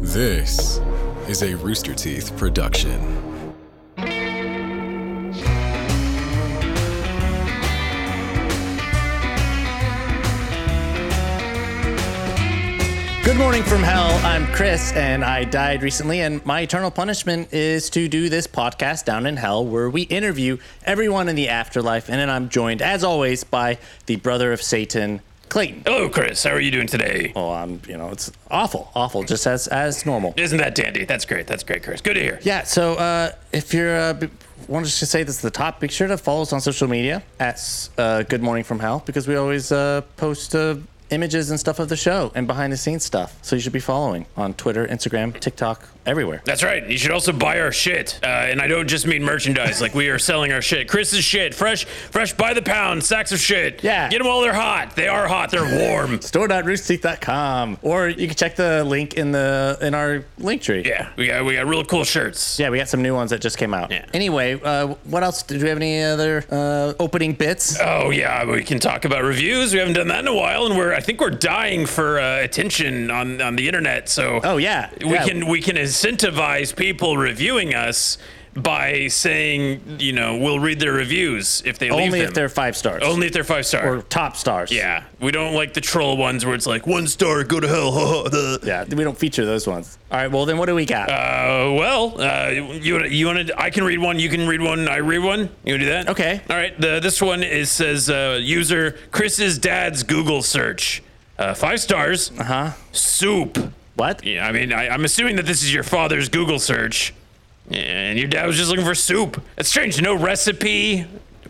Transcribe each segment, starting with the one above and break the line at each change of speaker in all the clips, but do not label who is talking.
This is a Rooster Teeth production.
Good morning from hell. I'm Chris, and I died recently. And my eternal punishment is to do this podcast down in hell, where we interview everyone in the afterlife. And then I'm joined, as always, by the brother of Satan, Clayton.
Hello, Chris. How are you doing today?
Oh, I'm, you know, it's awful, awful, just as as normal.
Isn't that dandy? That's great. That's great, Chris. Good to hear.
Yeah. So uh, if you're, uh, b- want to just say this is the top, be sure to follow us on social media at uh, Good Morning from Hell because we always uh, post. Uh, Images and stuff of the show and behind the scenes stuff. So you should be following on Twitter, Instagram, TikTok, everywhere.
That's right. You should also buy our shit, uh, and I don't just mean merchandise. Like we are selling our shit. Chris's shit, fresh, fresh by the pound, sacks of shit.
Yeah.
Get them while they're hot. They are hot. They're warm.
store.roosterteeth.com or you can check the link in the in our link tree.
yeah. We got we got real cool shirts.
Yeah, we got some new ones that just came out.
Yeah.
Anyway, uh, what else? Did we have any other uh, opening bits?
Oh yeah, we can talk about reviews. We haven't done that in a while, and we're I think we're dying for uh, attention on on the internet. So
Oh yeah,
we
yeah.
can we can incentivize people reviewing us by saying you know we'll read their reviews if they leave
only
them.
if they're five stars
only if they're five star.
or top stars.
yeah, we don't like the troll ones where it's like one star, go to hell. ha, ha, the-
yeah. We don't feature those ones. All right. Well, then what do we got?
Uh, well, uh, you you want to? I can read one. You can read one. I read one. You wanna do that?
Okay.
All right. The, this one is says uh, user Chris's dad's Google search. Uh, five stars. Uh huh.
Uh-huh.
Soup.
what?
Yeah, I mean, I, I'm assuming that this is your father's Google search, and your dad was just looking for soup. It's strange. No recipe.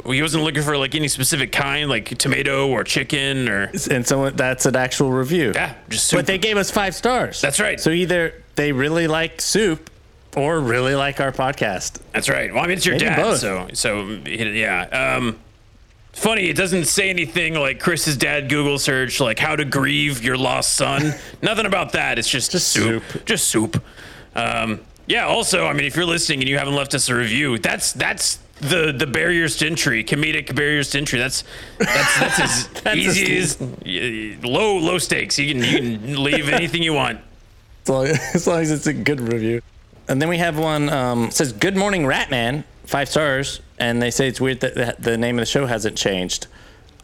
He wasn't looking for like any specific kind, like tomato or chicken or
And so that's an actual review.
yeah, just soup.
But they gave us five stars.
That's right.
So either they really like soup or really like our podcast.
That's right. Well, I mean, it's your
Maybe
dad,
both.
so so yeah. Um, funny, it doesn't say anything like Chris's dad Google search like how to grieve your lost son. Nothing about that. It's just,
Just
soup. Just soup. Um, yeah. Also, I mean, if you're listening and you haven't left us a review, that's that's the the barriers to entry, comedic barriers to entry. That's that's that's as easy as y- y- low low stakes. You can you can leave anything you want.
as long, as long as it's a good review. And then we have one um, says "Good Morning Ratman," five stars, and they say it's weird that the, the name of the show hasn't changed.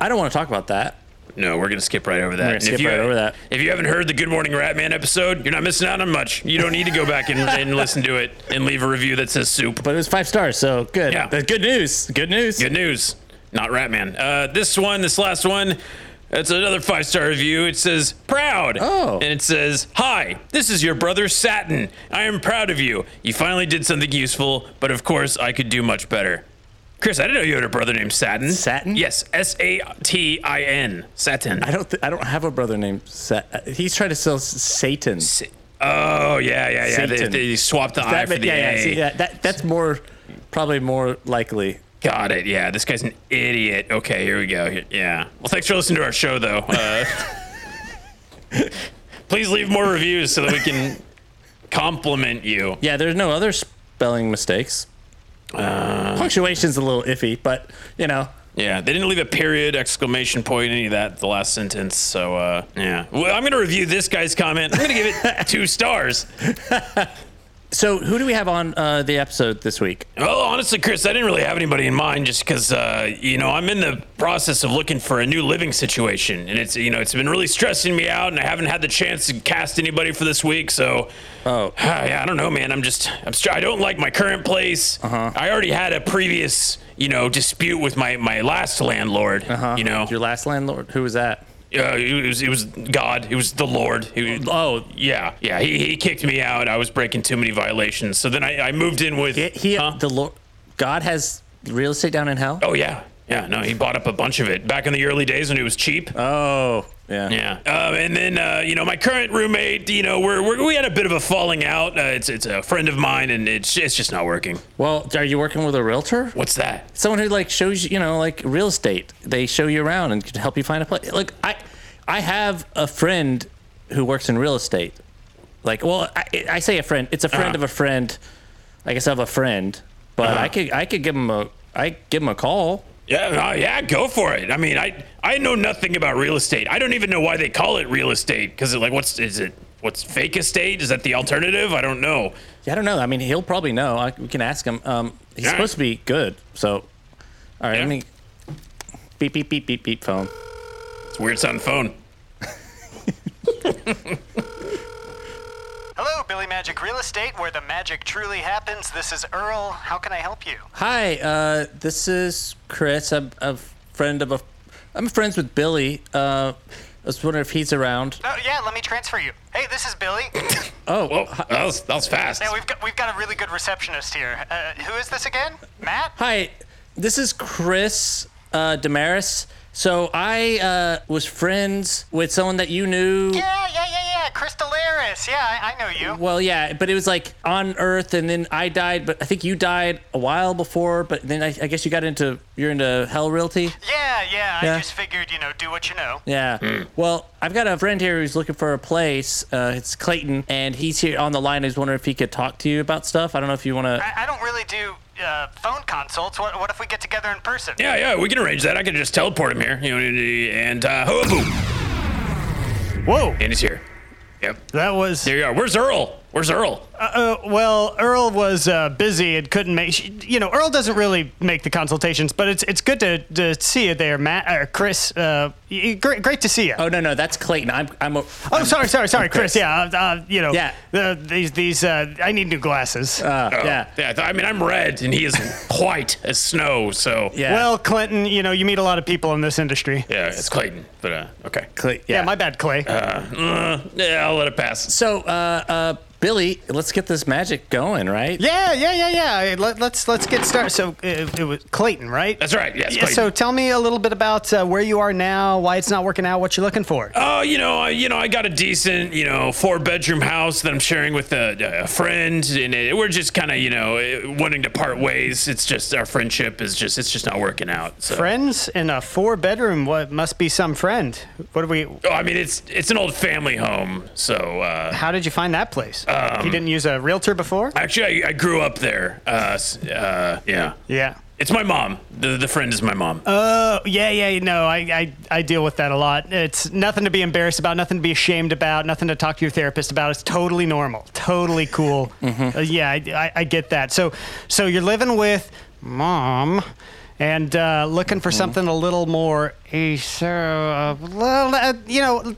I don't want to talk about that.
No, we're gonna skip right over that.
gonna
And
skip
if you,
right over that.
If you haven't heard the Good Morning Ratman episode, you're not missing out on much. You don't need to go back and, and listen to it and leave a review that says soup.
But it was five stars, so good.
Yeah.
That's good news. Good news.
Good news, not Ratman. Uh, this one, this last one, it's another five star review. It says proud.
Oh.
And it says hi. This is your brother Satin. I am proud of you. You finally did something useful, but of course I could do much better. Chris, I didn't know you had a brother named Satin.
Satin?
Yes, S A T I N. Satin.
I don't. Th- I don't have a brother named. Sa- he's trying to sell s- Satan.
Oh yeah, yeah, yeah. They,
Satan.
they swapped the I
That
for
ma-
the
yeah,
A.
yeah, see, yeah, that, that's more, probably more likely.
Got it. Yeah, this guy's an idiot. Okay, here we go. Here- Yeah. Well, thanks for listening to our show, though. Uh, please leave more reviews so that we can compliment you.
Yeah, there's no other spelling mistakes.
Uh.
Punctuation's a little iffy, but you know,
Yeah, they didn't leave a period, exclamation point, any of that. The last sentence. So uh, yeah. Well, I'm gonna review this guy's comment. I'm gonna give it two stars.
So, who do we have on uh, the episode this week?
Well, oh, honestly, Chris, I didn't really have anybody in mind just because, uh, you know, I'm in the process of looking for a new living situation. And it's, you know, it's been really stressing me out, and I haven't had the chance to cast anybody for this week. So,
Oh.
yeah, I don't know, man. I'm just, I'm, str- I don't like my current place. Uh-huh. I already had a previous, you know, dispute with my, my last landlord, uh-huh. you know.
Your last landlord? Who was that?
Uh, it was it was God. It was the Lord. It was-
Oh,
yeah, yeah. He, he kicked me out. I was breaking too many violations. So then I, I moved in with
he, he
Huh?
the Lord. God has real estate down in hell.
Oh yeah, yeah. No, he bought up a bunch of it back in the early days when it was cheap.
Oh, yeah.
yeah. Um, and then uh, you know my current roommate, you know, we're, we're we had a bit of a falling out. Uh, it's it's a friend of mine, and it's it's just not working.
Well, are you working with a realtor?
What's that?
Someone who like shows you, you know, like real estate. They show you around and can help you find a place. Like I, I have a friend who works in real estate. Like, well, I, I say a friend. It's a friend
Uh-huh.
of a friend. I guess I have a friend, but I could I could give him a I give him a call.
Yeah, uh, yeah. Go for it. I mean, I I know nothing about real estate. I don't even know why they call it real estate because like what's is it what's fake estate? Is that the alternative? I don't know.
Yeah, I don't know. I mean, he'll probably know. I, we can ask him. Um, he's
Yeah.
supposed to be good. So, all right,
Yeah.
let me beep beep beep beep beep phone.
It's weird sound phone.
Hello, Billy Magic Real Estate, where the magic truly happens. This is Earl. How can I help you?
Hi, uh, this is Chris. I'm a friend of a. I'm friends with Billy. Uh, I was wondering if he's around.
Oh, yeah, let me transfer you. Hey, this is Billy.
Whoa, that was, that was fast.
Yeah, we've got we've got a really good receptionist here. Uh, who is this again? Matt?
Hi, this is Chris uh, Damaris. So I uh, was friends with someone that you knew.
Yeah, yeah, yeah, yeah. Chris Delaris. Yeah, I, I know you.
Well, yeah, but it was like on Earth, and then I died. But I think you died a while before. But then I, I guess you got into you're into Hell Realty.
Yeah, yeah.
Yeah.
I just figured, you know, do what you know.
Yeah.
Hmm.
Well, I've got a friend here who's looking for a place. Uh, it's Clayton, and he's here on the line. He's wondering if he could talk to you about stuff. I don't know if you want to.
I, I don't really do uh, phone consults. What what if we get together in person?
yeah, yeah, we can arrange that. I can just teleport him here. You know, and uh, ho boom,
Whoa,
and he's here. Yep.
that was.
There you are. Where's Earl? Where's Earl?
Uh, well, Earl was uh, busy and couldn't make. sh- You know, Earl doesn't really make the consultations, but it's it's good to, to see you there, Matt or Chris. Uh, y- y- great, great to see you.
Oh no, no, that's Clayton. I'm. I'm. A,
Oh, sorry, sorry, sorry, Chris. Yeah, uh, uh, you know,
Yeah. Uh,
The, these these. Uh, I need new glasses.
yeah.
Oh, Yeah, I th- I mean, I'm red and he is white as snow, so.
Yeah.
Well, Clinton, you know, you meet a lot of people in this industry. Yeah,
Yeah, it's Clayton, but uh, okay.
Clay, yeah.
my bad, Clay.
Uh, yeah, I'll let it pass.
so, uh, uh, Billy, let's get this magic going, right?
yeah, yeah, yeah, yeah. Let, let's let's get started. So uh, it was Clayton, right?
That's right. Yes,
Yeah,
Clayton.
so tell me a little bit about uh, where you are now, why it's not working out, what you're looking for.
Oh, you know, I, you know, I got a decent, you know, four-bedroom house that I'm sharing with a, a friend, and it, we're just kind of, you know, eh, wanting to part ways. It's just our friendship is just, it's just not working out. So.
Friends in a four bedroom. What must be some friend? What do we?
Oh, I mean, it's it's an old family home, so uh,
How did you find that place? you didn't use a realtor before?
actually, Um, I, I grew up there. Uh, s- uh, yeah,
yeah.
it's my mom. The the friend is my mom.
Oh yeah, yeah. No, I, I I deal with that a lot. It's nothing to be embarrassed about, nothing to be ashamed about, nothing to talk to your therapist about. It's totally normal, totally cool. Uh, yeah, I, I, I get that. So so you're living with mom. And uh, looking for something a little more, eh, so uh, well, uh, you know,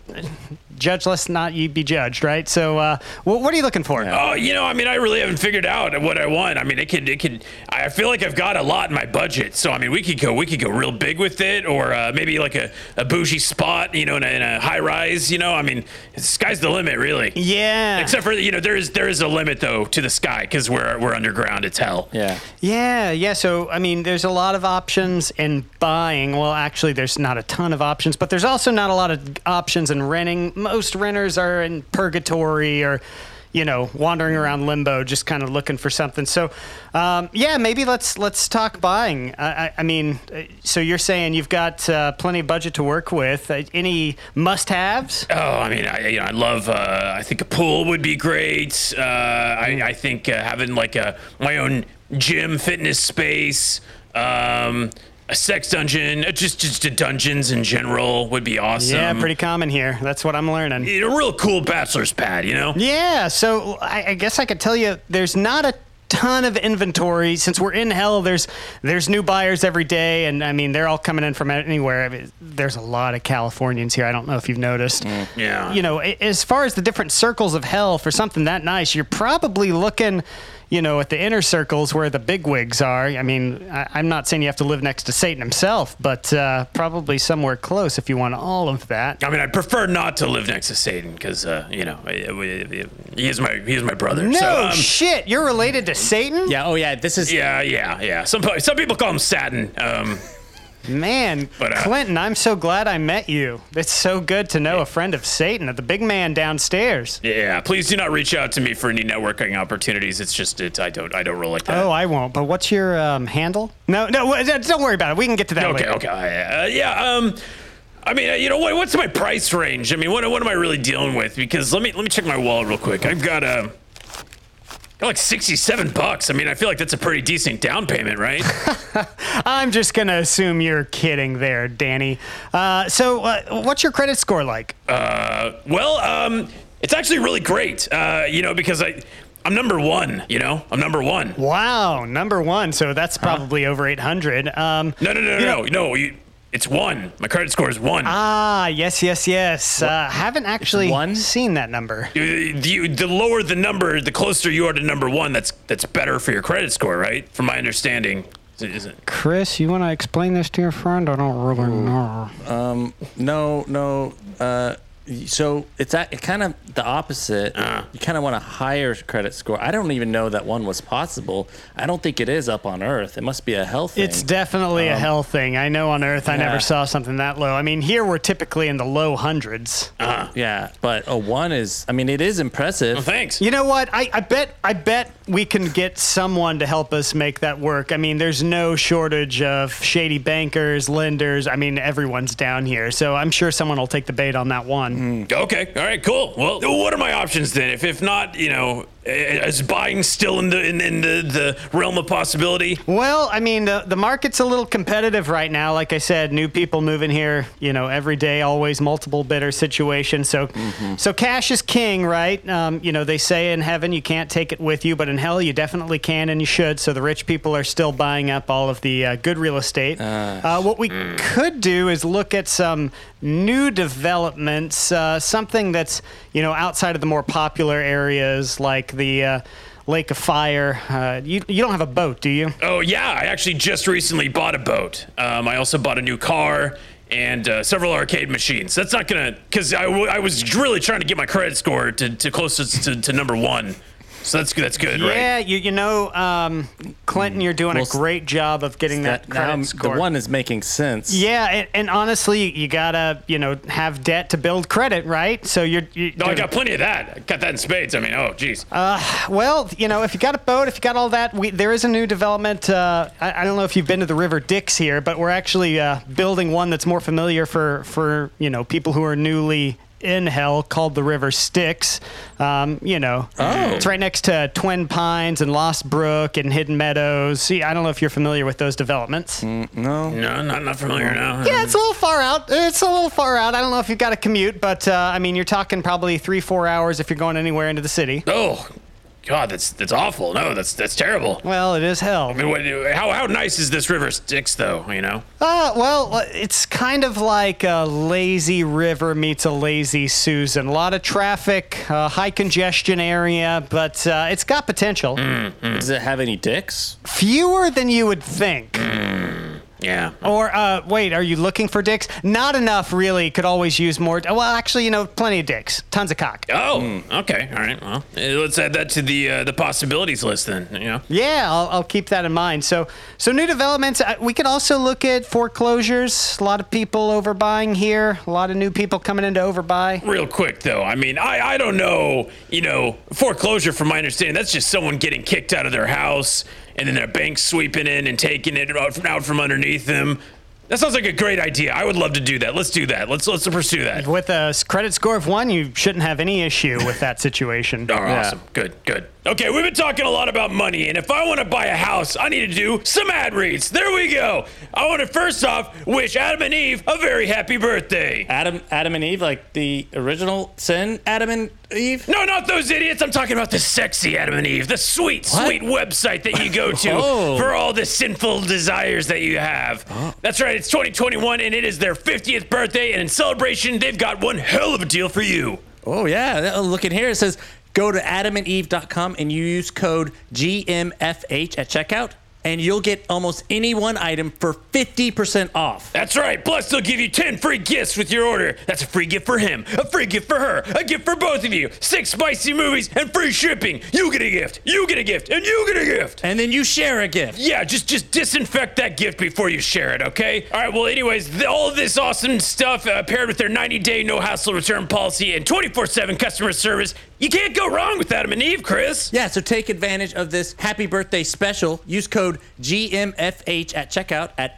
judge less not you be judged, right? So, uh, wh- what are you looking for?
Oh, you know, I mean, I really haven't figured out what I want. I mean, it could, it could. I feel like I've got a lot in my budget, so I mean, we could go, we could go real big with it, or uh, maybe like a, a bougie spot, you know, in a, in a high rise. You know, I mean, sky's the limit, really.
Yeah.
Except for you know, there is there is a limit though to the sky because we're we're underground. It's hell.
Yeah.
Yeah, yeah. So, I mean, there's a lot of options in buying. Well, actually, there's not a ton of options, but there's also not a lot of options in renting. Most renters are in purgatory or, you know, wandering around limbo, just kind of looking for something. So, um, yeah, maybe let's let's talk buying. I, I, I mean, uh, so you're saying you've got uh, plenty of budget to work with. Uh, any must-haves?
Oh, I mean, I you know, I love. Uh, I think a pool would be great. Uh,
Mm-hmm.
I, I think uh, having like a my own gym, fitness space, um, a sex dungeon, uh, just just a dungeons in general would be awesome.
yeah, pretty common here. That's what I'm learning.
You know, A real cool bachelor's pad, you know.
Yeah, so I, I guess I could tell you there's not a ton of inventory since we're in hell. There's there's new buyers every day, and I mean they're all coming in from anywhere. I mean, there's a lot of Californians here. I don't know if you've noticed.
Yeah.
You know, a- as far as the different circles of hell for something that nice, you're probably looking. You know, at the inner circles where the big wigs are. I mean, I, I'm not saying you have to live next to Satan himself, but uh, probably somewhere close if you want all of that.
I mean, I'd prefer not to live next to Satan because, uh, you know, I- I- I- he is my he is my brother.
No
so, um,
shit, you're related to Satan?
Yeah. Oh, yeah. This is.
yeah, yeah, yeah. Some some people call him Satan. Um,
Man,
But, uh,
Clinton, I'm so glad I met you. It's so good to know a friend of Satan, the big man downstairs.
Yeah, please do not reach out to me for any networking opportunities. It's just it, I don't I don't roll like that.
Oh, I won't. But what's your um, handle? No, no, wha- uh, don't worry about it. We can get to that
okay,
later.
okay, uh, yeah. Um, I mean, uh, you know, what, what's my price range? I mean, what what am I really dealing with? Because let me let me check my wallet real quick. I've got um, got like sixty-seven bucks. I mean, I feel like that's a pretty decent down payment, right?
I'm just gonna assume you're kidding there, Danny. Uh, so, uh, what's your credit score like?
well, um, It's actually really great, uh, you know, because I, I'm number one. You know, I'm number one.
Wow, number one. So that's probably over 800. Um,
No, no, no, no, no. no you, it's one. My credit score is one.
Ah, yes, yes, yes. Uh, haven't actually
one?
seen that number.
You- you- the lower the number, the closer you are to number one. That's that's better for your credit score, right? From my understanding, is it- is it-
Chris, you want to explain this to your friend? I don't really know.
No, no. Uh, so it's at, it kind of the opposite.
Uh-huh.
You kind of want a higher credit score. I don't even know that one was possible. I don't think it is up on Earth. It must be a health thing. Um,
It's definitely a hell thing. I know on Earth I
yeah.
never saw something that low. I mean, here we're typically in the low hundreds.
yeah, but a one is. I mean, it is impressive.
oh, thanks.
You know what? I, I bet I bet we can get someone to help us make that work. I mean, there's no shortage of shady bankers, lenders. I mean, everyone's down here, so I'm sure someone will take the bait on that
Mm-hmm.
one.
Okay. All right. Cool. Well, what are my options then? If if not, you know, eh, is buying still in the in, in the, the realm of possibility?
Well, I mean, the, the market's a little competitive right now. Like I said, new people moving here, you know, every day, always multiple bidder situation. So, so cash is king, right? Um, you know, they say in heaven you can't take it with you, but in hell you definitely can and you should. So the rich people are still buying up all of the uh, good real estate. Uh, what we could do is look at some new developments, uh, something that's, you know, outside of the more popular areas like the. Uh, Lake of Fire. Uh, you you don't have a boat, do you?
Oh yeah, I actually just recently bought a boat. Um, I also bought a new car and uh, several arcade machines. That's not gonna, cause I, w- I was really trying to get my credit score to, to closest to, to number one. So that's good. That's good,
Yeah,
right?
you you know, um, Clinton, you're doing
Well,
a
s-
great job of getting that,
that now
credit
I'm- the
score.
one is making sense.
yeah, and, and honestly, you gotta you know have debt to build credit, right? So you're, you
No, I got plenty of that. I got that in spades. I mean, oh geez.
well, you know, if you got a boat, if you got all that, we, there is a new development. Uh, I, I don't know if you've been to the River Dix here, but we're actually uh, building one that's more familiar for for you know people who are newly in hell called the River Styx. Um, you know, it's right next to Twin Pines and Lost Brook and Hidden Meadows. See, I don't know if you're familiar with those developments.
no, not not familiar now.
Yeah, it's a little far out. It's a little far out. I don't know if you've got a commute, but uh, I mean, you're talking probably three, four hours if you're going anywhere into the city.
Oh, God, that's that's awful. No, that's that's terrible.
Well, it is hell.
I mean, what, how how nice is this river Styx, though? You know.
Uh, well, it's kind of like a lazy river meets a lazy Susan. A lot of traffic, uh, high congestion area, but uh, it's got potential.
Does it have any dicks?
Fewer than you would think.
Yeah.
Or, uh, wait, are you looking for dicks? Not enough, really. Could always use more. Well, actually, you know, plenty of dicks. Tons of cock.
Oh, okay, all right. Well, eh, let's add that to the uh, the possibilities list then. You know,
Yeah, I'll, I'll keep that in mind. So, so new developments. uh, We could also look at foreclosures. A lot of people overbuying here. A lot of new people coming in to overbuy.
real quick though. I mean, I I don't know. You know, foreclosure, from my understanding, that's just someone getting kicked out of their house and then their bank sweeping in and taking it out from, out from underneath them. That sounds like a great idea. I would love to do that. Let's do that. Let's let's pursue that.
With a s- credit score of one, you shouldn't have any issue with that situation.
Oh, awesome. Good, good. Okay, we've been talking a lot about money, and if I want to buy a house, I need to do some ad reads. There we go. I want to first off wish Adam and Eve a very happy birthday.
Adam, Adam and Eve, like the original sin, Adam and Eve.
No, not those idiots. I'm talking about the sexy Adam and Eve, the sweet, sweet website that you go to
Oh.
for all the sinful desires that you have. That's right, it's 2021, and it is their 50th birthday, and in celebration, they've got one hell of a deal for you.
Oh yeah, Oh, look in here. It says go to adamandeve.com and you use code GMFH at checkout, and you'll get almost any one item for fifty percent off.
That's right. Plus, they'll give you 10 free gifts with your order. That's a free gift for him, a free gift for her, a gift for both of you, six spicy movies, and free shipping. You get a gift, you get a gift, and you get a gift.
And then you share a gift.
Yeah, just just disinfect that gift before you share it, okay? All right. Well, anyways, th- all of this awesome stuff uh, paired with their 90-day no-hassle return policy and 24/7 customer service, you can't go wrong with Adam and Eve, Chris.
Yeah, so take advantage of this happy birthday special. Use code GMFH at checkout at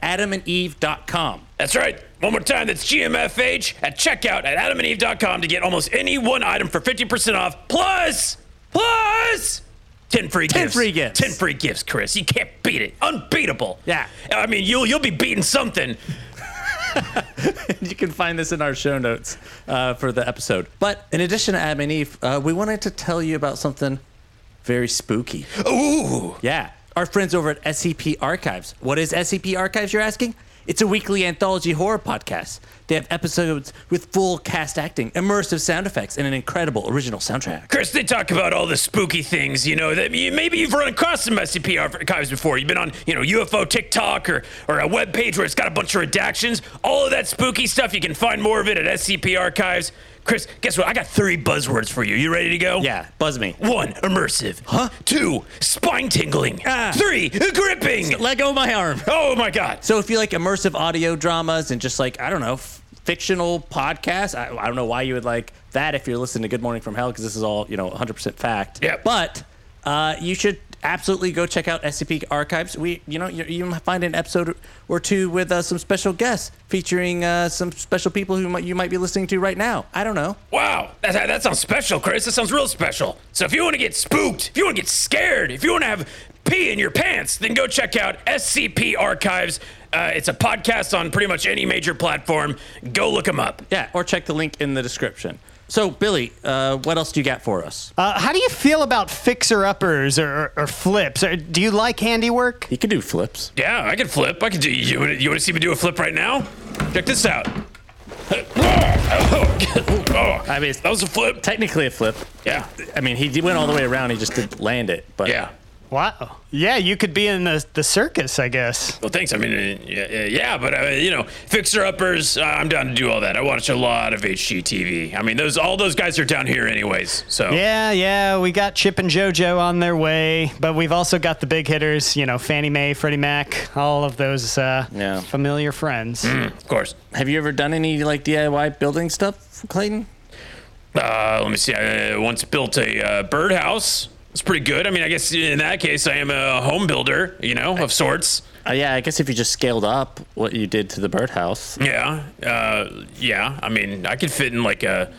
adamandeve.com.
That's right. One more time, that's GMFH at checkout at adamandeve.com to get almost any one item for 50% off, plus, plus 10 free
10
gifts.
free gifts.
10 free gifts, Chris. You can't beat it. Unbeatable.
Yeah.
I mean, you'll, you'll be beating something.
you can find this in our show notes uh, for the episode. But in addition to Adam and Eve, uh, we wanted to tell you about something very spooky.
Ooh.
Yeah. Our friends over at SCP Archives. What is SCP Archives, you're asking? It's a weekly anthology horror podcast. They have episodes with full cast acting, immersive sound effects, and an incredible original soundtrack.
Chris, they talk about all the spooky things, you know, that you, maybe you've run across some SCP archives before. You've been on, you know, UFO TikTok or, or a web page where it's got a bunch of redactions. All of that spooky stuff, you can find more of it at SCP Archives. Chris, guess what? I got three buzzwords for you. You ready to go?
Yeah, buzz me.
One, immersive.
Huh?
Two, spine tingling.
Ah.
Three, gripping.
Let go of my arm.
Oh my God.
So if you like immersive audio dramas and just like I don't know f- fictional podcasts, I, I don't know why you would like that if you're listening to Good Morning from Hell because this is all you know 100% fact.
Yep.
But uh, you should absolutely go check out SCP Archives. We you know you, you might find an episode or two with uh, some special guests featuring uh, some special people who might, you might be listening to right now. I don't know.
Wow, that, that, that sounds special, Chris. That sounds real special. So if you want to get spooked, if you want to get scared, if you want to have pee in your pants, then go check out SCP Archives. Uh, it's a podcast on pretty much any major platform. Go look them up.
Yeah, or check the link in the description. So Billy, uh, what else do you got for us?
Uh, how do you feel about fixer uppers or, or, or flips? Or, do you like handiwork?
You can do flips.
Yeah, I can flip. I can do. You want to see me do a flip right now? Check this out. Oh,
I mean, it's-
that was a flip.
Technically a flip.
Yeah,
I mean, he went all the way around. He just didn't land it. But
yeah.
Wow. Yeah, you could be in the, the circus, I guess.
Well, thanks. I mean, uh, yeah, yeah, yeah, but uh, you know, fixer uppers. Uh, I'm down to do all that. I watch a lot of HGTV. I mean, those all those guys are down here, anyways. So
Yeah, yeah, we got Chip and JoJo on their way, but we've also got the big hitters, you know, Fannie Mae, Freddie Mac, all of those uh,
Yeah.
familiar friends.
of course.
Have you ever done any like DIY building stuff, Clayton?
Uh, let me see. I uh, once built a uh, birdhouse. It's pretty good. I mean, I guess in that case, I am a home builder, you know, of sorts.
Uh, yeah, I guess if you just scaled up what you did to the birdhouse.
Yeah, uh, yeah. I mean, I could fit in like a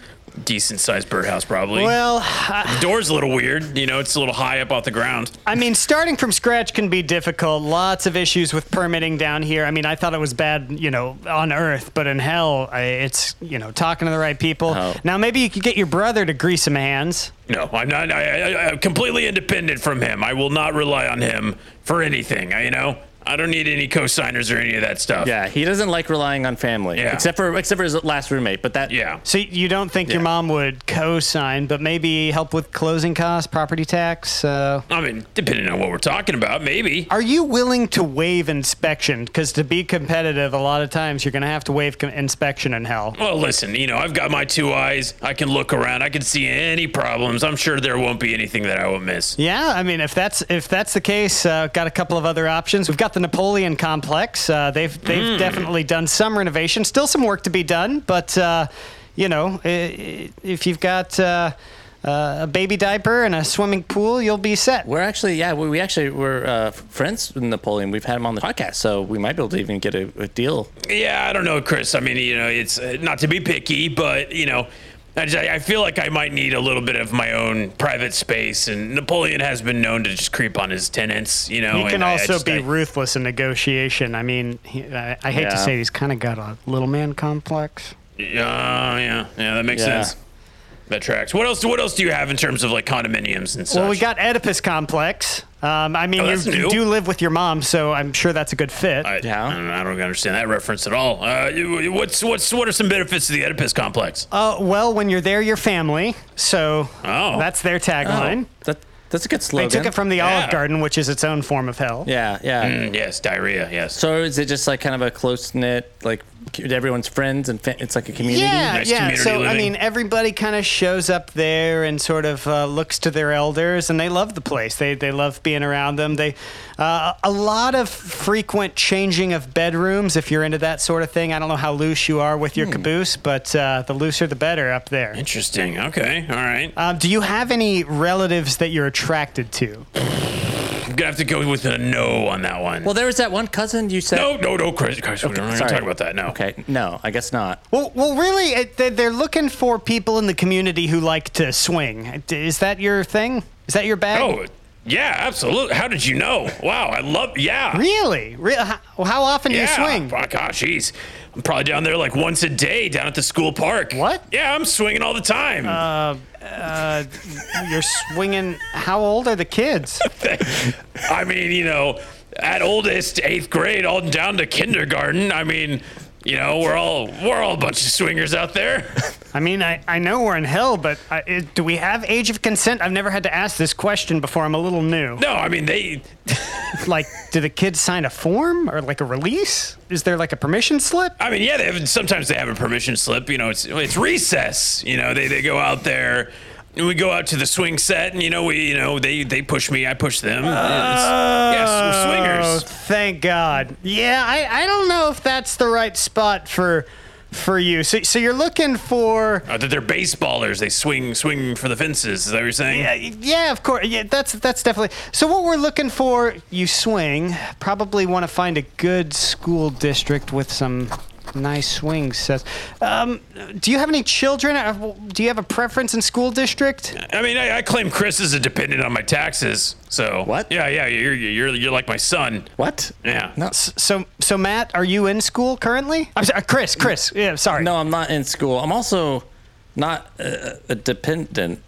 decent sized birdhouse, probably.
Well, I,
the door's a little weird. You know, it's a little high up off the ground.
I mean, starting from scratch can be difficult. Lots of issues with permitting down here. I mean, I thought it was bad, you know, on Earth, but in hell, I, it's, you know, talking to the right people.
Oh.
Now, maybe you could get your brother to grease some hands.
No, I'm not. I, I, I'm completely independent from him. I will not rely on him for anything. I, you know, I don't need any cosigners or any of that stuff.
Yeah, he doesn't like relying on family.
Yeah.
Except for except for his last roommate, but that
Yeah.
So you don't think your
Yeah.
mom would co-sign, but maybe help with closing costs, property tax. Uh,
I mean, depending on what we're talking about, maybe.
are you willing to waive inspection? Because to be competitive, a lot of times you're going to have to waive con- inspection in hell.
Well, listen, you know, I've got my two eyes. I can look around. I can see any problems. I'm sure there won't be anything that I will miss.
Yeah, I mean, if that's if that's the case, uh, got a couple of other options. We've got the Napoleon Complex. Uh, they've they've
Hmm.
definitely done some renovation. Still some work to be done, but uh, you know, i- i- if you've got uh, uh, a baby diaper and a swimming pool, you'll be set.
We're actually yeah, we, we actually were uh, f- friends with Napoleon. We've had him on the podcast, so we might be able to even get a, a deal.
Yeah, I don't know, Chris. I mean, you know, it's uh, not to be picky, but you know, I, just, I feel like I might need a little bit of my own private space. And Napoleon has been known to just creep on his tenants. You know,
He can
and I- I
also
just-
be
I-
ruthless in negotiation. I mean, he, I, I hate
Yeah.
to say he's kind of got a little man complex.
Yeah, yeah, yeah. That makes
Yeah.
sense. That tracks. What else? What else do you have in terms of like condominiums and such?
Well, we got Oedipus complex. Um, I mean,
Oh,
you,
that's
you
new.
do live with your mom, so I'm sure that's a good fit.
I,
Yeah.
I, don't, I don't understand that reference at all. Uh, you- what's what's what are some benefits of the Oedipus complex?
Uh, well, when you're there, you're family. So
Oh.
that's their
Oh.
tagline.
That that's a good
They
slogan.
took it from the
Yeah.
Olive Garden, which is its own form of hell.
yeah, yeah.
Mm, yes, diarrhea. Yes.
So is it just like kind of a close knit, like everyone's friends and fa- it's like a community?
Yeah,
Nice
yeah.
community
So I
living.
mean, everybody kind of shows up there and sort of uh, looks to their elders, and they love the place. They they love being around them. They uh, a lot of frequent changing of bedrooms if you're into that sort of thing. I don't know how loose you are with your
Hmm.
caboose, but uh, the looser the better up there.
Interesting. Okay. All right.
Um, do you have any relatives that you're attracted to?
I'm gonna have to go with a no on that one.
Well, there was that one cousin you said.
no, no, no, Chris. Chris we're not
sorry.
gonna talk about that. No.
Okay, no, I guess not.
Well, well, really, it, they- they're looking for people in the community who like to swing. Is that your thing? Is that your bag?
Oh, yeah, absolutely. How did you know? Wow, I love. Yeah.
Really? Re- how, how often do you
Yeah.
swing?
Oh, gosh, jeez. I'm probably down there like once a day down at the school park.
What?
Yeah, I'm swinging all the time.
Uh, you're swinging. How old are the kids?
I mean, you know, at oldest eighth grade, all down to kindergarten. I mean, you know, we're all we're all a bunch of swingers out there.
I mean, I, I know we're in hell, but I, it, do we have age of consent? I've never had to ask this question before. I'm a little new.
No, I mean they.
Like, do the kids sign a form or like a release? Is there like a permission slip?
I mean, yeah, they have. Sometimes they have a permission slip. You know, it's it's recess. You know, they they go out there. and We go out to the swing set, and you know we, you know they they push me, I push them. yes, we're
Oh,
swingers.
thank God. Yeah, I, I don't know if that's the right spot for for you. So so you're looking for
Uh, that they're baseballers. They swing, swing for the fences. Is that what you're saying?
Uh, yeah, of course. Yeah, that's that's definitely. So what we're looking for, you swing. Probably want to find a good school district with some nice swing sets. Um, do you have any children? Uh, Do you have a preference in school district?
I mean, I, I claim Chris is a dependent on my taxes. So
What?
Yeah, yeah, you're you're you're like my son.
What?
Yeah.
No.
S- So so Matt, are you in school currently? I'm sorry, Chris. Chris. Yeah, sorry.
No, I'm not in school. I'm also not a, a dependent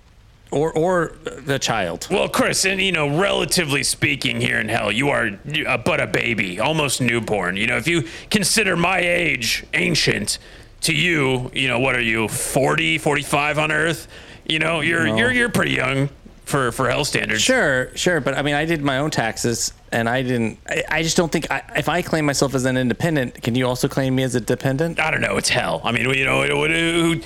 or or a child.
Well, Chris, and you know, relatively speaking, here in hell, you are you- uh, but a baby, almost newborn. You know, if you consider my age ancient to you, you know, what are you, 40, 45 on Earth? You know, you're you're you're pretty young for for hell standards.
Sure, sure, but I mean, I did my own taxes, and I didn't. I, I just don't think I, if I claim myself as an independent, can you also claim me as a dependent?
I don't know. It's hell. I mean, you know, it, it,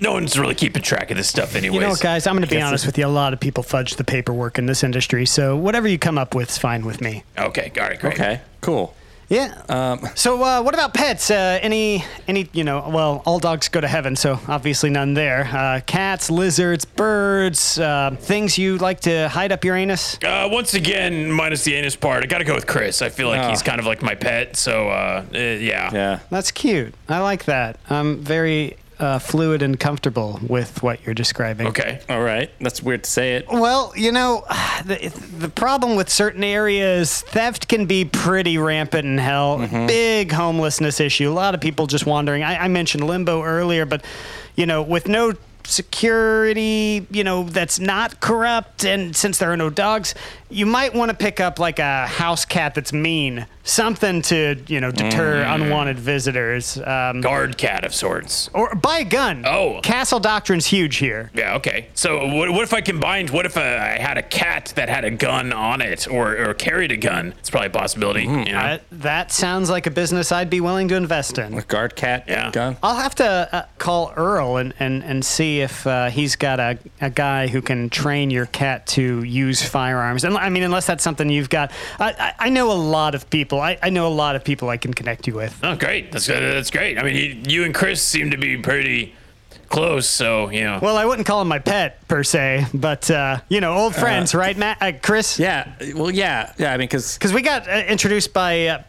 no one's really keeping track of this stuff, anyways.
You know, what, guys, I'm going to be honest with you. A lot of people fudge the paperwork in this industry, so whatever you come up with is fine with me.
Okay, all right, great.
Okay, cool.
Yeah. so, uh, what about pets? Uh, any, any, you know, well, all dogs go to heaven, so obviously none there. Uh, cats, lizards, birds, uh, things you like to hide up your anus.
Uh, once again, minus the anus part, I gotta go with Chris. I feel like
Ah.
he's kind of like my pet, so uh, uh, yeah.
Yeah.
That's cute. I like that. I'm very uh, fluid and comfortable with what you're describing.
Okay.
All right. That's weird to say it.
Well, you know, the, the problem with certain areas, theft can be pretty rampant in hell. Big homelessness issue. A lot of people just wandering. I, I mentioned limbo earlier, but, you know, with no security, you know, that's not corrupt, and since there are no dogs, you might want to pick up like a house cat that's mean. Something to, you know, deter unwanted visitors. Um,
Guard cat of sorts.
or buy a gun.
Oh.
Castle Doctrine's huge here.
Yeah, okay. So what, what if I combined, what if uh, I had a cat that had a gun on it or, or carried a gun? It's probably a possibility.
Mm-hmm.
you know?
That, that sounds like a business I'd be willing to invest in.
A guard cat
Yeah.
gun.
I'll have to uh, call Earl and, and, and see if uh, he's got a, a guy who can train your cat to use firearms. And I mean, unless that's something you've got. I, I, I know a lot of people. I, I know a lot of people I can connect you with.
oh, great. That's, uh, that's great. I mean, you, you and Chris seem to be pretty close, so, you know.
Well, I wouldn't call him my pet per se, but uh, you know, old friends, right, Matt? Uh, Chris?
Yeah. Well, yeah. Yeah. I mean, because
Because we got uh, introduced by uh,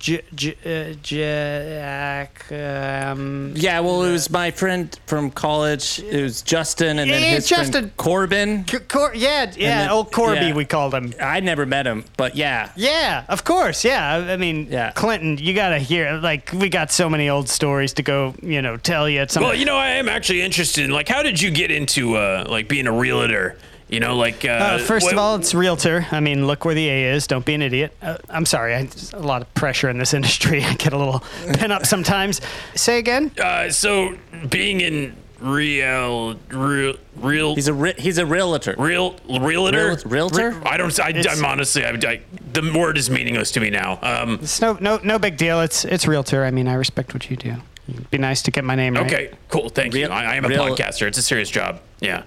J- J- uh, Jack. Um,
yeah. Well, it was my friend from college. It was Justin, and then
Yeah,
his friend
Justin.
Corbin.
C- Cor- yeah, yeah,
then-
old Corby,
yeah.
we called him.
I never met him, but yeah.
Yeah, of course. Yeah, I- I mean,
Yeah.
Clinton, you gotta hear. Like, we got so many old stories to go, you know, tell you. At some
Well, you know, I am actually interested in, like, how did you get into, uh, like, being a realtor? You know, like... Uh,
uh, first of
what-
all, it's realtor. I mean, look where the A is. Don't be an idiot. Uh, I'm sorry. I, there's a lot of pressure in this industry. I get a little pent up sometimes. Say again.
Uh, so being in real, real, real,
He's a re- he's a realtor.
real, realtor,
Real- realtor?
Re- I don't. I,
It's-
am honestly. I, I, the word is meaningless to me now. Um,
It's no, no, no big deal. It's it's realtor. I mean, I respect what you do. It'd be nice to get my name right.
okay, cool. Thank you.
Real-
I, I am a
real-
podcaster. It's a serious job. Yeah.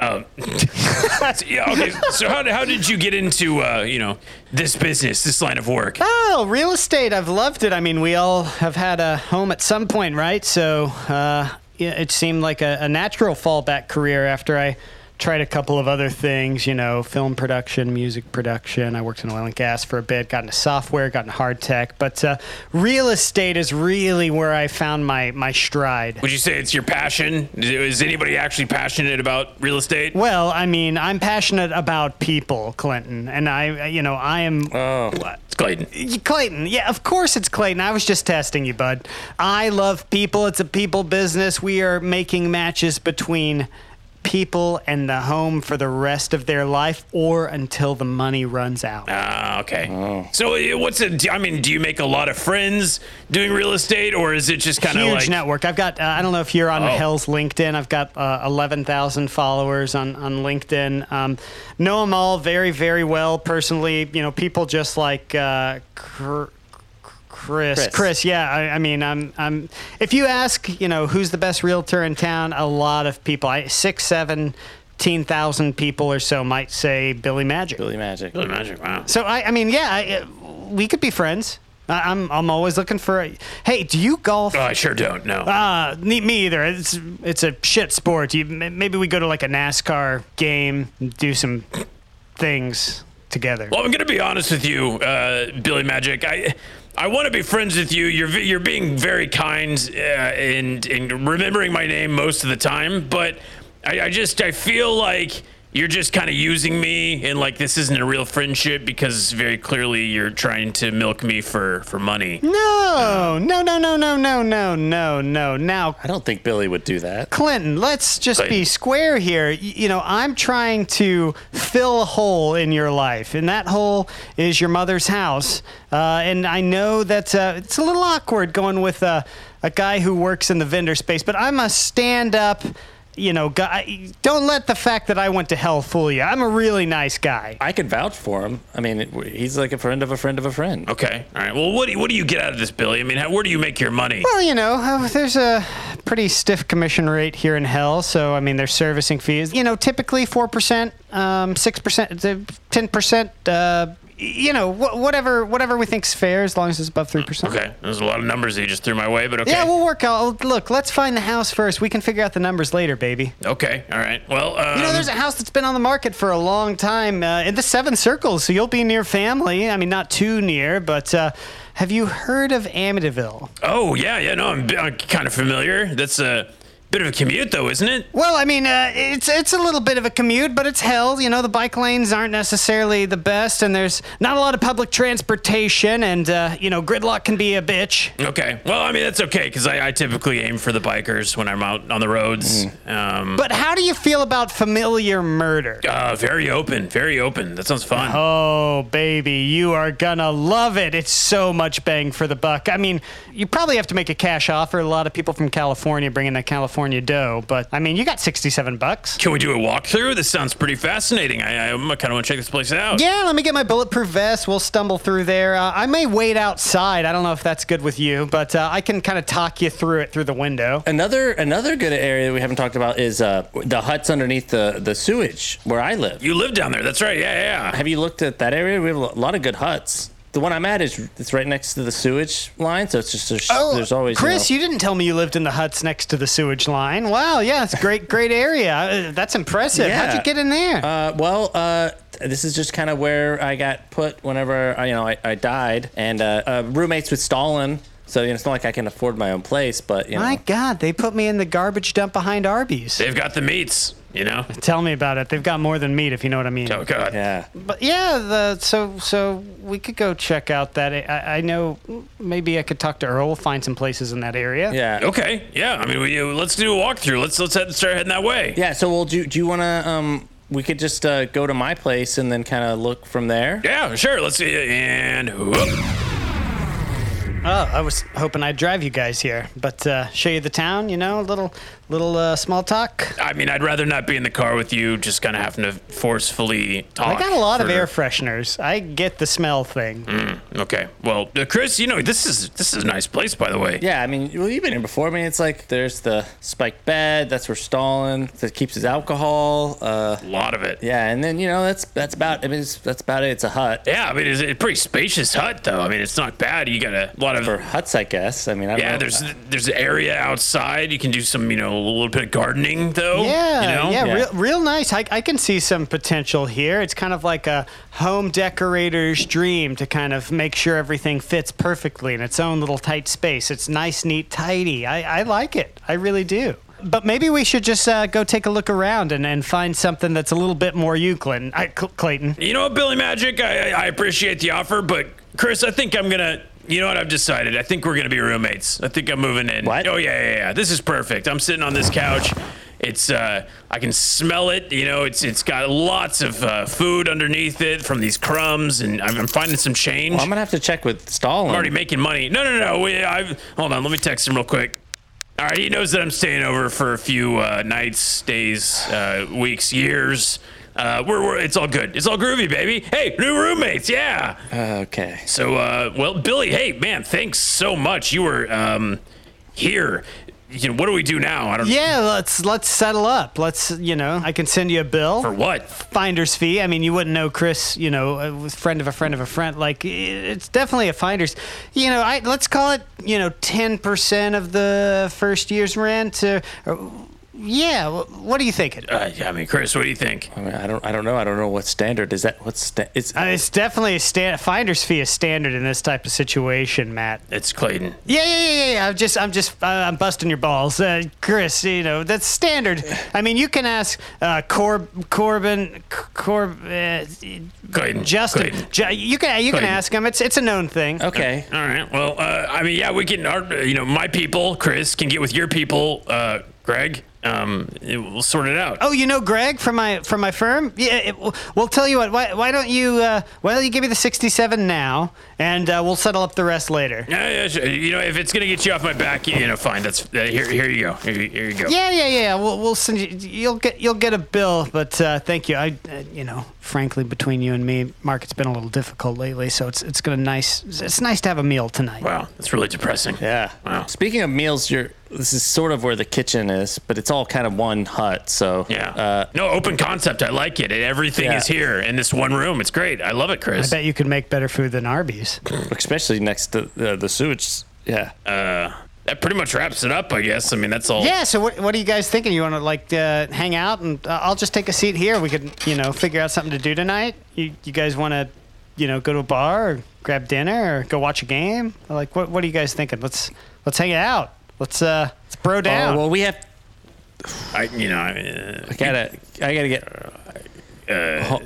Um, so, yeah. Okay. So how, how did you get into uh, you know this business, this line of work?
Oh, real estate. I've loved it. I mean, we all have had a home at some point, right? So uh, yeah, it seemed like a, a natural fallback career after I tried a couple of other things, you know, film production, music production. I worked in oil and gas for a bit, got into software, got into hard tech. But uh, real estate is really where I found my, my stride.
Would you say it's your passion? Is anybody actually passionate about real estate?
Well, I mean, I'm passionate about people, Clinton, and I, you know, I am.
It's Clayton.
Y- Clayton, yeah, of course it's Clayton. I was just testing you, bud. I love people. It's a people business. We are making matches between people and the home for the rest of their life or until the money runs out.
Ah, okay.
Oh.
So uh, what's it? do- I mean, do you make a lot of friends doing real estate, or is it just kind of
Huge
like?
network. I've got. Uh, I don't know if you're on
Oh.
Hell's LinkedIn. I've got uh, eleven thousand followers on on LinkedIn. Um, know them all very very well personally. You know people just like uh, Cr- Chris.
Chris.
Chris. Yeah. I, I mean, I'm. I'm. If you ask, you know, who's the best realtor in town? A lot of people. I six seven. 10,000 people or so might say Billy Magic.
Billy Magic.
Really Oh, magic. Wow.
So I, I mean, yeah, I, uh, we could be friends. I, I'm, I'm always looking for. A, hey, do you golf?
Oh, I sure don't. No.
Uh, ne- me either. It's it's a shit sport. You, m- maybe we go to like a NASCAR game, and do some things together.
Well, I'm gonna be honest with you, uh, Billy Magic. I I want to be friends with you. You're ve- you're being very kind uh, and and remembering my name most of the time, but I, I just I feel like you're just kind of using me and like this isn't a real friendship because very clearly you're trying to milk me for for money.
No, no, no, no, no, no, no, no, no. Now,
I don't think Billy would do that.
Clinton, let's just
Clinton.
be square here. Y- You know, I'm trying to fill a hole in your life, and that hole is your mother's house. Uh, and I know that uh, it's a little awkward going with uh, a guy who works in the vendor space, but I'm a stand up. You know, guy, don't let the fact that I went to hell fool you. I'm a really nice guy.
I could vouch for him. I mean, it- he's like a friend of a friend of a friend.
Okay. All right. Well, what do you, what do you get out of this, Billy? I mean, how, where do you make your money?
Well, you know, uh, there's a pretty stiff commission rate here in hell. So, I mean, there's servicing fees. You know, typically 4%, um, 6%, uh, 10%, uh, you know, wh- whatever whatever we think's fair as long as it's above 3%.
Okay. There's a lot of numbers that you just threw my way, but okay.
Yeah, we'll work out. Look, let's find the house first. We can figure out the numbers later, baby.
okay. All right. Well, um,
You know, there's a house that's been on the market for a long time uh, in the Seven Circles, so you'll be near family. I mean, not too near, but uh, have you heard of Amityville?
oh yeah, yeah. No, I'm, I'm kind of familiar. That's a bit of a commute, though, isn't it?
Well, I mean, uh, it's it's a little bit of a commute, but it's hell. You know, the bike lanes aren't necessarily the best, and there's not a lot of public transportation, and uh, you know, gridlock can be a bitch.
Okay. Well, I mean, that's okay because I, I typically aim for the bikers when I'm out on the roads.
Mm-hmm.
Um,
But how do you feel about familiar murder?
uh, very open. Very open. That sounds fun.
Oh, baby, you are gonna love it. It's so much bang for the buck. I mean, you probably have to make a cash offer. A lot of people from California bring in that California dough, but I mean, you got 67 bucks.
Can we do a walkthrough? This sounds pretty fascinating. I, I kind of want to check this place out.
Yeah, let me get my bulletproof vest. We'll stumble through there. Uh, I may wait outside. I don't know if that's good with you, but uh, I can kind of talk you through it through the window.
Another another good area that we haven't talked about is uh, the huts underneath the, the sewage where I live.
You live down there. That's right. Yeah, yeah. yeah.
Have you looked at that area? We have a lot of good huts. The one I'm at is it's right next to the sewage line, so it's just there's, there's always
Oh, Chris.
You
You didn't tell me you lived in the huts next to the sewage line. Wow, yeah, it's a great, great area. Uh, That's impressive. How'd
Yeah.
you get in there?
know. uh, well, uh, th- this is just kind of where I got put whenever I, you know I, I died, and uh, uh, roommates with Stalin. So you know, it's not like I can afford my own place, but you know,
My God, they put me in the garbage dump behind Arby's.
They've got the meats. You know.
Tell me about it. They've got more than meat, if you know what I mean.
Oh God.
yeah.
But yeah, the so so we could go check out that. I, I know maybe I could talk to Earl, find some places in that area.
Yeah.
Okay. Yeah. I mean, we, uh, let's do a walkthrough. Let's let's head, start heading that way.
Yeah. So, well, do do you want to? Um, we could just uh, go to my place and then kind of look from there.
Yeah. Sure. Let's see. And whoop.
Oh, I was hoping I'd drive you guys here, but uh, show you the town, you know, a little, little uh, small talk.
I mean, I'd rather not be in the car with you, just kind of having to forcefully talk. Mm-hmm.
I got a lot of
for-
air fresheners. I get the smell thing.
Okay. Well, uh, Chris, you know this is this is a nice place, by the way.
Yeah, I mean, well, you've been here before. I mean, it's like there's the spiked bed. That's where Stalin that keeps his alcohol. Uh,
A lot of it.
yeah, and then you know that's that's about. I mean, it's, that's about it. It's a hut
Yeah, I mean, it's a pretty spacious hut, though. I mean, it's not bad. You got a lot of.
for huts, I guess. I mean, I don't
yeah,
know.
there's there's an area outside. You can do some, you know, a little bit of gardening, though.
Yeah,
You know?
yeah,
Yeah.
Real, real nice. I, I can see some potential here. It's kind of like a home decorator's dream to kind of make sure everything fits perfectly in its own little tight space. It's nice, neat, tidy. I, I like it. I really do. But maybe we should just uh, go take a look around and, and find something that's a little bit more you, Clinton. I, Cl- Clayton.
You know what, Billy Magic, I, I- I appreciate the offer, but Chris, I think I'm gonna. You know what? I've decided. I think we're gonna be roommates. I think I'm moving in.
What?
Oh yeah, yeah, yeah. This is perfect. I'm sitting on this couch. It's. Uh, I can smell it. You know, it's. It's got lots of uh, food underneath it from these crumbs, and I'm, I'm finding some change.
Well, I'm gonna have to check with Stalin.
I'm already making money. No, no, no. We, I've, hold on. Let me text him real quick. All right, he knows that I'm staying over for a few uh, nights, days, uh, weeks, years. Uh, we're, we're, it's all good. It's all groovy, baby. Hey, new roommates. Yeah.
Uh-huh.
okay.
So, uh, well, Billy, hey, man, thanks so much. You were um, here. You know, what do we do now? I don't
Yeah, let's let's settle up. Let's you know, I can send you a bill.
For what?
finder's fee. I mean, you wouldn't know Chris, you know, a w- friend of a friend of a friend. Like, i- it's definitely a finder's. You know, I let's call it, you know, ten percent of the first year's rent. Or, or- yeah, wh- what are you thinking?
Uh, yeah, I mean, Chris, what do you think?
I, mean, I don't. I don't know. I don't know what standard is that. What's sta- it's.
Uh, it's definitely a sta- finder's fee is standard in this type of situation, Matt.
It's Clayton.
Yeah, yeah, yeah, yeah, yeah. I'm just, I'm just, uh, I'm busting your balls, uh, Chris. You know that's standard. I mean, you can ask uh, Corb, Corbin, Corb, uh,
Clayton.
Justin.
Clayton.
Ju- you can, you can
Clayton.
ask him. It's, it's a known thing.
okay.
All right. Well, uh, I mean, yeah, we can. Our, you know, my people, Chris, can get with your people, uh, Greg. Um, it- we'll sort it out.
Oh, you know Greg from my from my firm. Yeah, it, well, well, tell you what. Why, why don't you uh, why don't you give me the sixty-seven now, and uh, we'll settle up the rest later.
Yeah, yeah, sure. You know, if it's gonna get you off my back, you know, fine. That's uh, here. Here you go. Here, here you go.
Yeah, yeah, yeah. We'll we'll send you. You'll get you'll get a bill, but uh, thank you. I uh, you know, frankly, between you and me, market's been a little difficult lately, so it's it's gonna nice. It's nice to have a meal tonight.
Wow, that's really depressing.
Yeah.
Wow.
Speaking of meals, you're. This is sort of where the kitchen is, but it's all kind of one hut. So
Yeah.
Uh,
no, open concept. I like it. Everything
Yeah.
is here in this one room. It's great. I love it,
I
Chris.
bet you could make better food than Arby's.
especially next to the, the sewage. Yeah.
Uh, that pretty much wraps it up, I guess. I mean, that's all.
Yeah. So what, what are you guys thinking? You want to like uh, hang out, and uh, I'll just take a seat here. We could you know figure out something to do tonight. You, you guys want to you know go to a bar, or grab dinner, or go watch a game? Like what what are you guys thinking? Let's let's hang out. Let's uh let's bro down.
Oh well, we have.
I, you know, I uh, mean,
I gotta. I gotta get
uh, uh,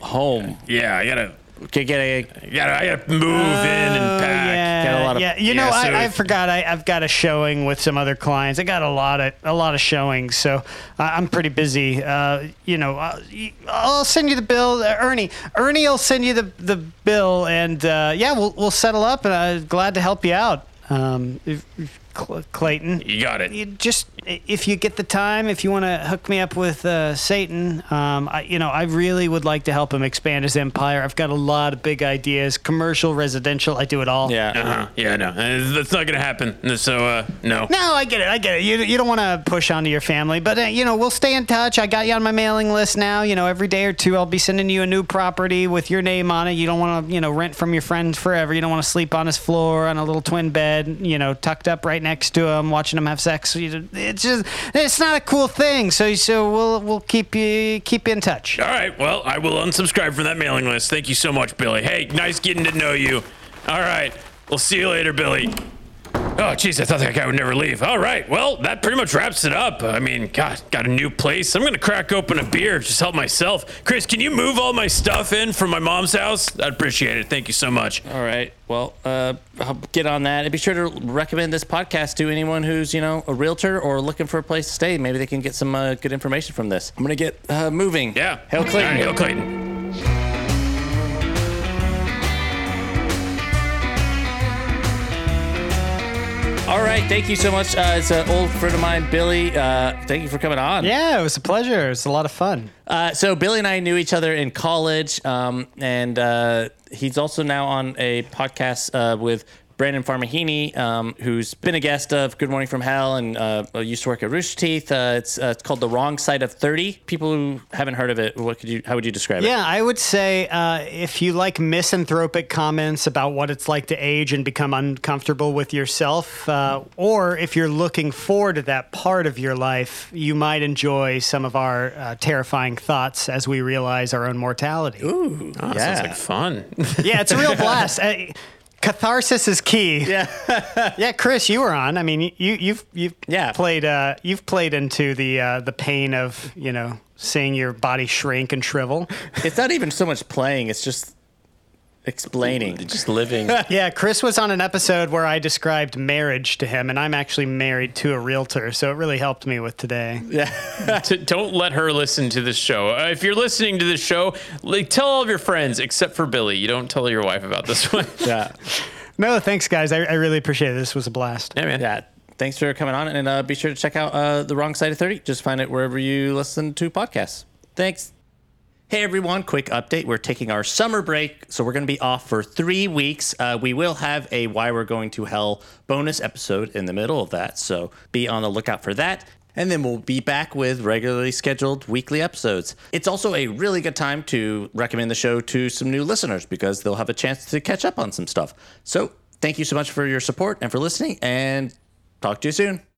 home.
yeah, I gotta,
Get get a.
I gotta, I gotta move in and pack.
Oh, Yeah,
Got a lot of-
yeah. You know,
Yeah, so
I, I
if-
forgot. I, I've got a showing with some other clients. I got a lot of a lot of showings, so I, I'm pretty busy. Uh, you know, I'll, I'll send you the bill, uh, Ernie. Ernie will send you the the bill, and uh, yeah, we'll we'll settle up. And I'm glad to help you out, um, if, if Cl- Clayton.
You got it.
You just if you get the time, if you want to hook me up with uh, Satan, um, I, you know, I really would like to help him expand his empire. I've got a lot of big ideas, commercial, residential. I do it all.
Yeah.
Uh-huh. Yeah, no, uh, that's not gonna happen. So, uh, no.
No, I get it. I get it. You, you don't want to push onto your family, but uh, you know we'll stay in touch. I got you on my mailing list now. You know every day or two I'll be sending you a new property with your name on it. You don't want to you know rent from your friend forever. You don't want to sleep on his floor on a little twin bed. You know tucked up right next to him, watching him have sex. You- It's just it's not a cool thing. So so we'll we'll keep you keep in touch.
All right. Well, I will unsubscribe from that mailing list. Thank you so much, Billy. Hey, nice getting to know you. All right. We'll see you later, Billy. Oh, jeez, I thought that guy would never leave. All right. Well, that pretty much wraps it up. I mean, God, got a new place. I'm going to crack open a beer, just help myself. Chris, can you move all my stuff in from my mom's house? I'd appreciate it. Thank you so much.
All right. Well, uh, I'll get on that and be sure to recommend this podcast to anyone who's, you know, a realtor or looking for a place to stay. Maybe they can get some uh, good information from this. I'm going to get uh, moving.
Yeah.
Hail
All right,
Clayton.
Hail Clayton.
All right. Thank you so much. Uh, it's an old friend of mine, Billy. Uh, thank you for coming on.
Yeah, it was a pleasure. It's a lot of fun.
Uh, so Billy and I knew each other in college, um, and uh, he's also now on a podcast uh, with Brandon Farmahini, um, who's been a guest of Good Morning from Hell and uh, used to work at Rooster Teeth. Uh, it's, uh, it's called The Wrong Side of Thirty. People who haven't heard of it, what could you? How would you describe it?
Yeah, I would say uh, if you like misanthropic comments about what it's like to age and become uncomfortable with yourself, uh, or if you're looking forward to that part of your life, you might enjoy some of our uh, terrifying thoughts as we realize our own mortality.
Oh, Sounds like fun.
Yeah, it's a real blast. Uh, catharsis is key. Yeah, yeah. Chris, you were on. I mean, you you've you've
Yeah.
played uh, you've played into the uh, the pain of you know seeing your body shrink and shrivel.
It's not even so much playing; it's just
explaining.
Just living.
Yeah, Chris was on an episode where I described marriage to him, and I'm actually married to a realtor, so it really helped me with today.
T- don't let her listen to this show. Uh, if you're listening to this show, like, tell all of your friends except for Billy. You don't tell your wife about this one.
Yeah.
No, thanks, guys. I, I really appreciate it. This was a blast.
yeah, man.
Yeah. uh, Thanks for coming on. And uh, be sure to check out uh, The Wrong Side of 30. Just find it wherever you listen to podcasts. Thanks. Hey, everyone. Quick update. We're taking our summer break. So we're going to be off for three weeks. Uh, we will have a Why We're Going to Hell bonus episode in the middle of that. So be on the lookout for that. And then we'll be back with regularly scheduled weekly episodes. It's also a really good time to recommend the show to some new listeners because they'll have a chance to catch up on some stuff. So thank you so much for your support and for listening. And Talk to you soon.